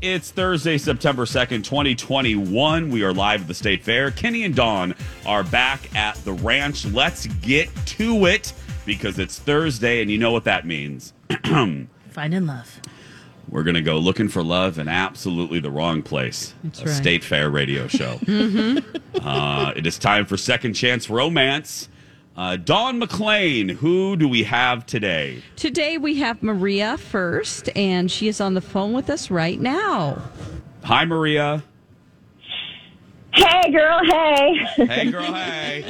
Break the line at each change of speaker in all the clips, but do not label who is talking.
It's Thursday, September 2nd, 2021. We are live at the State Fair. Kenny and Dawn are back at the ranch. Let's get to it because it's Thursday, and you know what that means.
Finding love.
We're going to go looking for love in absolutely the wrong place.
That's
a
right. Mm-hmm.
State Fair radio show. uh, it is time for Second Chance Romance. Uh, Dawn McLean, who do we have today?
Today we have Maria first, and she is on the phone with us right now.
Hi, Maria.
Hey, girl. Hey.
Hey, girl. Hey.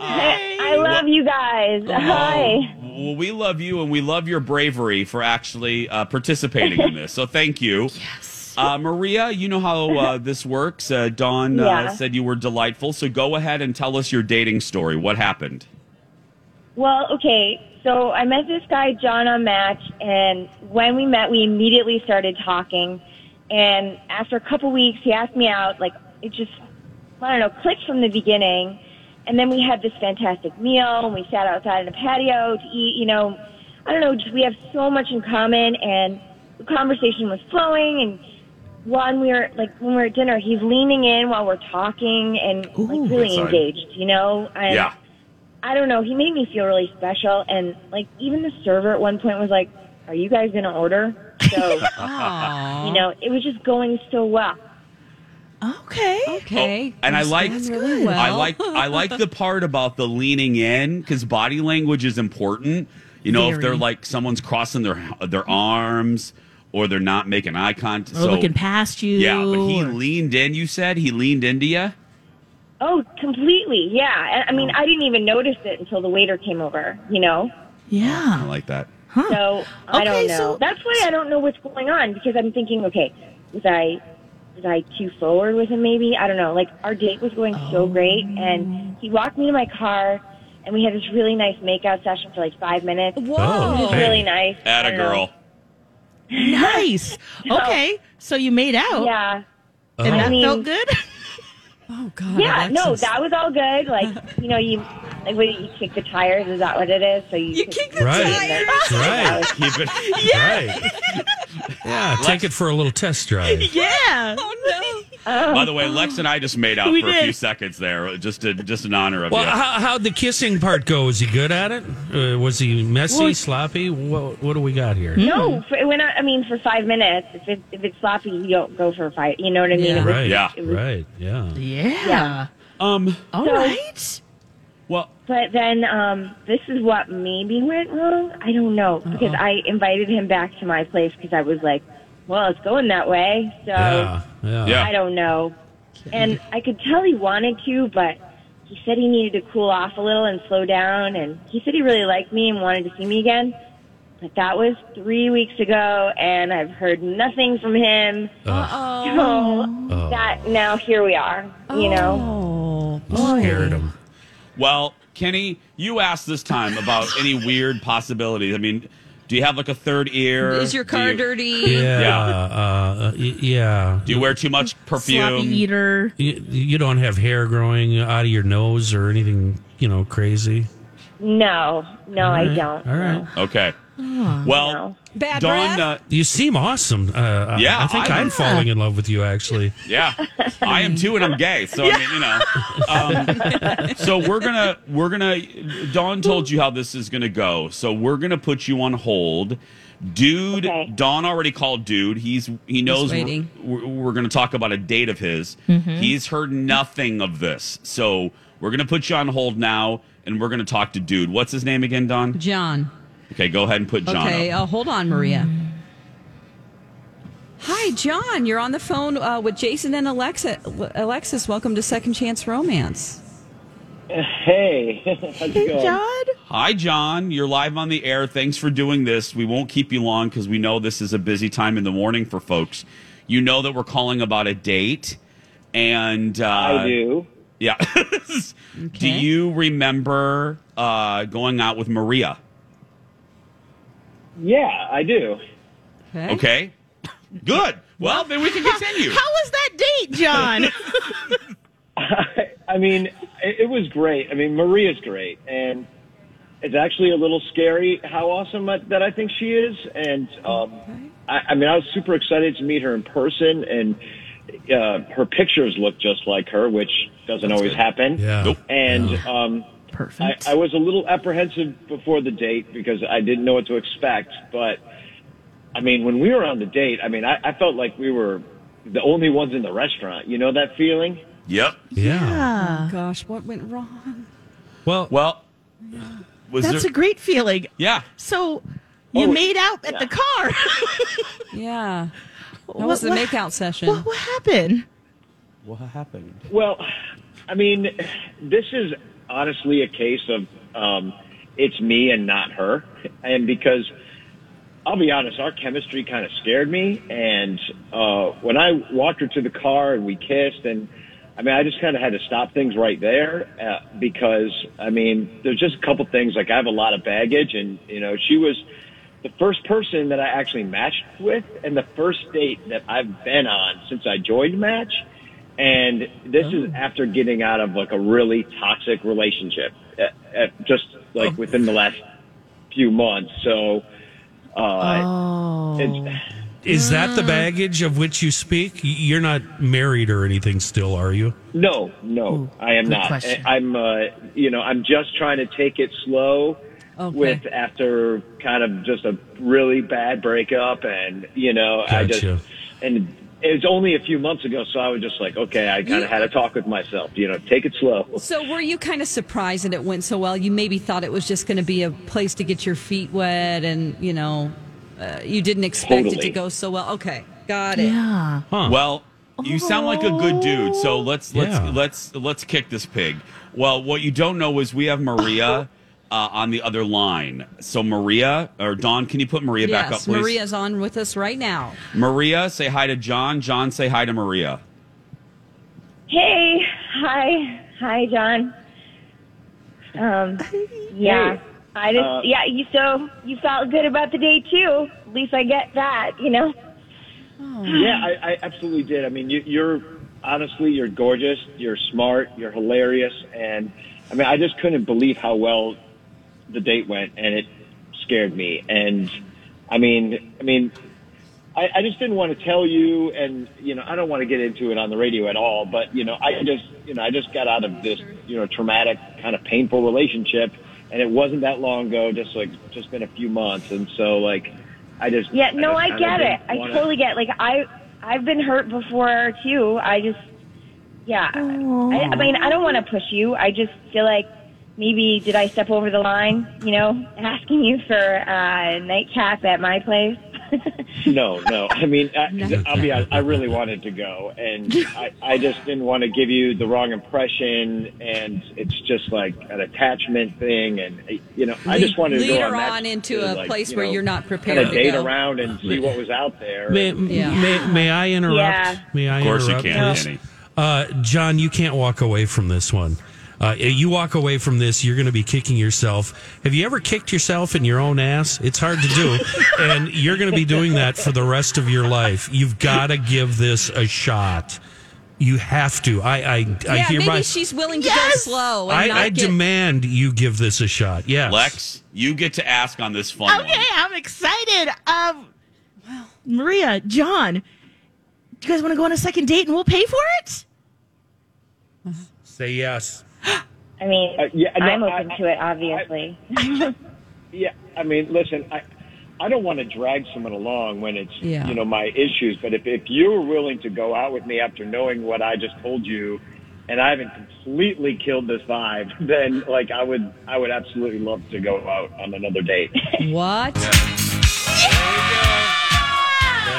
Uh,
I love you guys. Hi.
Oh, Well, we love you and we love your bravery for actually uh, participating in this. So thank you. Yes. Uh, Maria, you know how uh, this works. Uh, Dawn
Yeah.
uh, said you were delightful. So go ahead and tell us your dating story. What happened?
Well, okay. So I met this guy, John, on Match, and when we met, we immediately started talking. And after a couple weeks, he asked me out. Like, it just, I don't know, clicked from the beginning. And then we had this fantastic meal, and we sat outside on a patio to eat, you know. I don't know, just we have so much in common, and the conversation was flowing, and when we were like when we were at dinner, he's leaning in while we're talking and like
good
really
sign.
engaged, you know. And
Yeah.
I don't know. He made me feel really special, and like even the server at one point was like, "Are you guys gonna order?" So you know, it was just going so well.
Okay.
Okay.
Oh, and I
Understand
like
really well.
I like I like the part about the leaning in because body language is important. You know, if
Very.
they're like someone's crossing their their arms or they're not making eye contact.
Or looking past you.
yeah, but he
or-
leaned in. You said he leaned into you.
Oh, completely. Yeah. And, I mean,
Oh.
I didn't even notice it until the waiter came over. You know.
Oh, I
Yeah.
like that.
So I
Okay,
don't know.
so-
That's why I don't know what's going on because I'm thinking, okay, was I was I too forward with him? Maybe I don't know. Like our date was going so great, and he walked me to my car, and we had this really nice makeout session for like five minutes. It
Whoa.
Oh,
was really nice. I
Atta
don't know.
girl.
Nice. Okay. So you made out.
Yeah.
And that
mean-
felt good.
Oh God.
Yeah.
Alexis.
No, that was all good. Like you know, you like what you kick the tires. Is that what it is? So you,
you
kick-
kicked the
Right.
tire.
Right.
Keep it.
Right. Yeah, take it for a little test drive.
Yeah.
Oh no.
By the way, Lex and I just made out
We
for a
did.
few seconds there, just to, just in honor of
Well,
you.
uh-huh.
how, how'd the kissing part go? Was he good at it? Uh, was he Mm. messy, sloppy? What, what do we got here?
no, for, when I, I mean for five minutes, if it, if it's sloppy, you don't go for a fight. You know what I mean?
Yeah.
It was-
Right.
Yeah.
it was
Right. Yeah.
Yeah.
um,
All right.
well,
But then um, this is what maybe went wrong. I don't know because I invited him back to my place because I was like, "Well, it's going that way," so
Yeah. Yeah.
Yeah.
I don't know. And I could tell he wanted to, but he said he needed to cool off a little and slow down. And he said he really liked me and wanted to see me again. But that was three weeks ago, and I've heard nothing from him.
Oh.
So that
Oh.
now here we are. You know,
Oh.
Scared him.
well, Kenny, you asked this time about any weird possibilities. I mean, do you have like a third ear?
Is your car
do you,
dirty?
Yeah.
Yeah.
Uh, uh, y- yeah.
Do you wear too much
Sloppy
perfume?
eater.
You, you don't have hair growing out of your nose or anything, you know, crazy.
no, no, I
All right.
don't.
All right.
Okay. Well,
Oh.
No.
Bad
Dawn.
breath.
Uh,
You seem awesome. Uh, I-
Yeah,
I think
I-
I'm falling in love with you, actually.
Yeah, I am too, and I'm gay. So I mean, you know. Um, so we're gonna we're gonna. Dawn told you how this is gonna go. So we're gonna put you on hold Dude,
Okay.
Don already called dude. He's he knows we're,
waiting. Mm-hmm.
we're, we're going to talk about a date of his. He's heard nothing of this, so we're going to put you on hold now, and we're going to talk to dude. What's his name again, Don?
John.
Okay, go ahead and put John.
Okay,
up.
uh, hold on, Maria. Hi, John. You're on the phone uh, with Jason and Alexa. Alexis, welcome to Second Chance Romance.
Hey, how's it going?
John?
Hi, John. You're live on the air. Thanks for doing this. We won't keep you long because we know this is a busy time in the morning for folks. You know that we're calling about a date, and uh,
I do.
Yeah. Do you remember uh, going out with Maria?
Yeah, I do.
Okay. Good. Well, then we can continue.
How was that date, John?
I mean, it, it was great. I mean, Maria's great, and it's actually a little scary how awesome I, that I think she is. And um, I, I mean, I was super excited to meet her in person, and uh, her pictures look just like her, which doesn't always happen.
Yeah. Nope.
And um, I,
Perfect.
I was a little apprehensive before the date because I didn't know what to expect. But I mean, when we were on the date, I mean, I, I felt like we were the only ones in the restaurant. You know that feeling?
Yep.
Yeah.
Gosh, what went wrong?
Well,
Well, was
That's
there? Oh.
a great feeling.
yeah.
So you made out at the car.
Yeah. That
What-
was the
what-
makeout session.
What, what happened?
What happened?
Well, I mean, this is honestly a case of um, it's me and not her, and because I'll be honest, our chemistry kind of scared me. And uh, when I walked her to the car and we kissed, and I mean, I just kind of had to stop things right there uh, because I mean, there's just a couple things like I have a lot of baggage, and you know, she was the first person that I actually matched with, and the first date that I've been on since I joined Match. And this is after getting out of like a really toxic relationship, uh, uh, just like within the last few months. So, uh,
Oh.
it's,
is that
Ah.
the baggage of which you speak? Y- You're not married or anything still, are you?
no, no,
Ooh,
I am
good
not.
question.
I, am uh, you know, I'm just trying to take it slow
Oh,
Okay.
with after kind of just a really bad breakup, and you know, I
Gotcha.
just and it was only a few months ago, so I was just like, okay, I kind
You-
of had a talk with myself, you know, take it slow.
So, were you kind of surprised that it went so well? You maybe thought it was just going to be a place to get your feet wet, and you know, uh, you didn't expect it to
Totally.
go so well. Okay, got it.
Yeah.
Huh.
Well, you sound like a good dude. So let's let's
Yeah.
let's let's kick this pig. Well, what you don't know is we have Maria uh, on the other line. So Maria or Don, can you put Maria back up,
Yes,
please?
Maria's on with us right now.
Maria, say hi to John. John, say hi to Maria.
Hey, hi, hi, John. Um, yeah, I just
Uh,
yeah. You so you felt good about the day too. At least I get that, you know.
Yeah, I, I absolutely did. I mean, you, you're honestly, you're gorgeous, you're smart, you're hilarious, and I mean, I just couldn't believe how well the date went, and it scared me. And I mean, I mean, I, I just didn't want to tell you, and you know, I don't want to get into it on the radio at all. But you know, I just, you know, I just got out of this, you know, traumatic, kind of painful relationship, and it wasn't that long ago. Just like, just been a few months, and so like, I just,
Yeah, no, I,
just kinda
get it.
didn't
I
wanna-
totally get. Like I, I've been hurt before too. I just, yeah. I, I mean, I don't want to push you. I just feel like maybe did I step over the line? You know, asking you for uh, nightcap at my place.
No, no. I mean, I, I'll be honest. I really wanted to go, and I, I just didn't want to give you the wrong impression. And it's just like an attachment thing, and you know, I just wanted to
Lead
go
her
on, that
on into
to,
a
like,
place
you
where
know,
you're not prepared
Kind of
to
date
go.
around and see what was out there.
May,
Yeah.
may, may I interrupt?
Yeah.
May I
Of course you
interrupt,
can,
please?
Kenny.
Uh, John, you can't walk away from this one. Uh, you walk away from this, you're going to be kicking yourself. Have you ever kicked yourself in your own ass? It's hard to do. and you're going to be doing that for the rest of your life. You've got to give this a shot. You have to. I, I, I
yeah,
hereby.
maybe she's willing to
Yes!
go slow. And
I,
not
I
get-
demand you give this a shot. Yes.
Lex, you get to ask on this phone.
Okay, I'm excited. Um, Maria, John, do you guys want to go on a second date and we'll pay for it?
Say yes.
I mean,
Uh, yeah, no,
I'm
I-
open to it, obviously.
Yeah, I mean, listen, I, I don't want to drag someone along when it's
Yeah.
you know my issues. But if if you're willing to go out with me after knowing what I just told you, and I haven't completely killed this vibe, then like I would I would absolutely love to go out on another date.
What?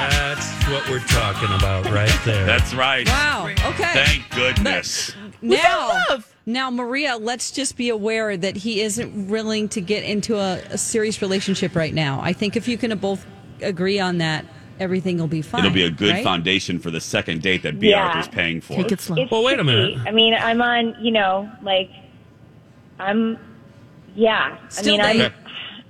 That's what we're talking about right there.
That's right.
Wow. Okay.
Thank goodness.
now,
love.
now, Maria, let's just be aware that he isn't willing to get into a, a serious relationship right now. I think if you can both agree on that, everything will be fine.
It'll be a good
right?
foundation for the second date that BR
Yeah.
is paying for.
Take it slow.
It's
Well, wait a
tricky.
minute.
I mean, I'm on, you know, like, I'm, yeah.
Still
I mean,
late.
I'm,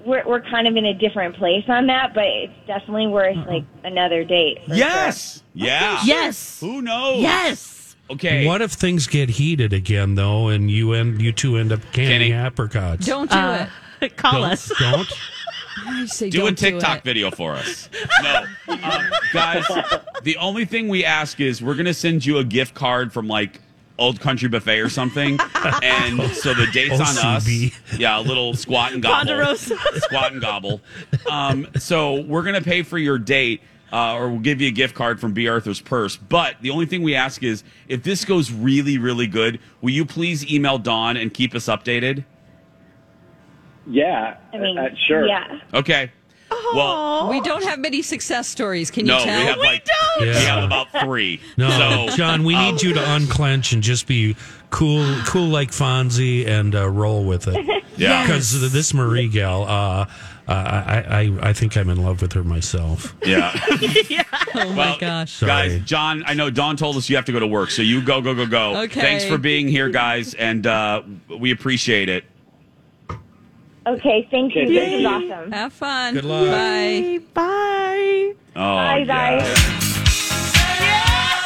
we're, we're kind of in a different place on that, but it's definitely worth, like, another date. for
Yes. Yeah.
Yes.
Who knows?
Yes.
Okay.
What if things get heated again though, and you end you two end up canning
Kenny.
apricots?
Don't do it.
Call
don't,
us.
don't.
I say
do a
don't
TikTok
Do it.
video for us. No, um, guys. The only thing we ask is we're gonna send you a gift card from like Old Country Buffet or something, and so the date's on
OCB.
us. Yeah, a little squat and gobble.
Ponderosa.
Squat and gobble. Um, so we're gonna pay for your date. Uh, or we'll give you a gift card from B. Arthur's purse. But the only thing we ask is if this goes really, really good, will you please email Dawn and keep us updated?
yeah,
I mean,
uh, sure.
Yeah.
Okay. Well,
We don't have many success stories. Can you
no, we
tell?
have like
don't.
we
Yeah.
have about three.
No,
so
John, we need you to unclench and just be cool, cool like Fonzie, and uh, roll with it.
Yeah.
because this Marie gal, uh, I, I, I- I think I'm in love with her myself.
yeah,
oh
well,
my gosh.
Sorry.
guys. John, I know Don told us you have to go to work, so you go, go, go, go.
Okay.
Thanks for being here, guys, and uh, we appreciate it.
Okay, thank you.
Okay,
This
thank
is
you.
awesome.
Have fun.
Good luck.
Bye.
Hey, bye.
Oh,
Bye, guys.
yeah.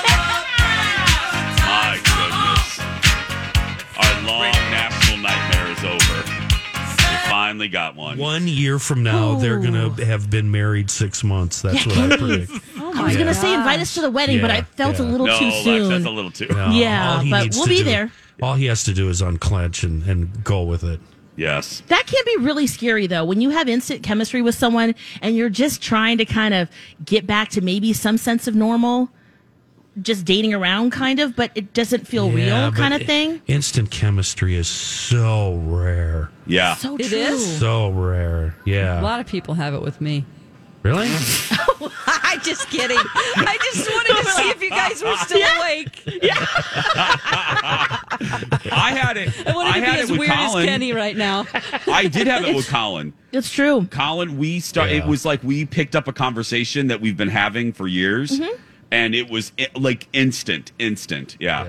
My goodness. Our long national nightmare is over. We finally got one.
One year from now, they're gonna have been married six months. That's what I predict.
Oh
I was
my
going to
gosh.
say invite us to the wedding, but
Yeah,
I felt a
yeah.
little
no,
too
Lex,
soon.
that's a little too.
No,
Yeah,
all he
but
needs
we'll
to
be
do-
there.
All he has to do is unclench and, and go with it.
Yes.
That can be really scary though when you have instant chemistry with someone and you're just trying to kind of get back to maybe some sense of normal, just dating around kind of, but it doesn't feel
Yeah,
real
but
kind of
i-
thing.
Instant chemistry is so rare.
Yeah.
So
It
true.
is?
So rare.
A
Yeah.
lot of people have it with me.
Really?
I just kidding. I just wanted to see if you guys were still awake.
I had it.
I wanted to
had
be
it
as
with
weird
Colin.
as Kenny right now.
I did have it with Colin.
It's true.
Colin, we start. It
Yeah.
was like we picked up a conversation that we've been having for years, and it was i- like eh, instant, instant. Yeah.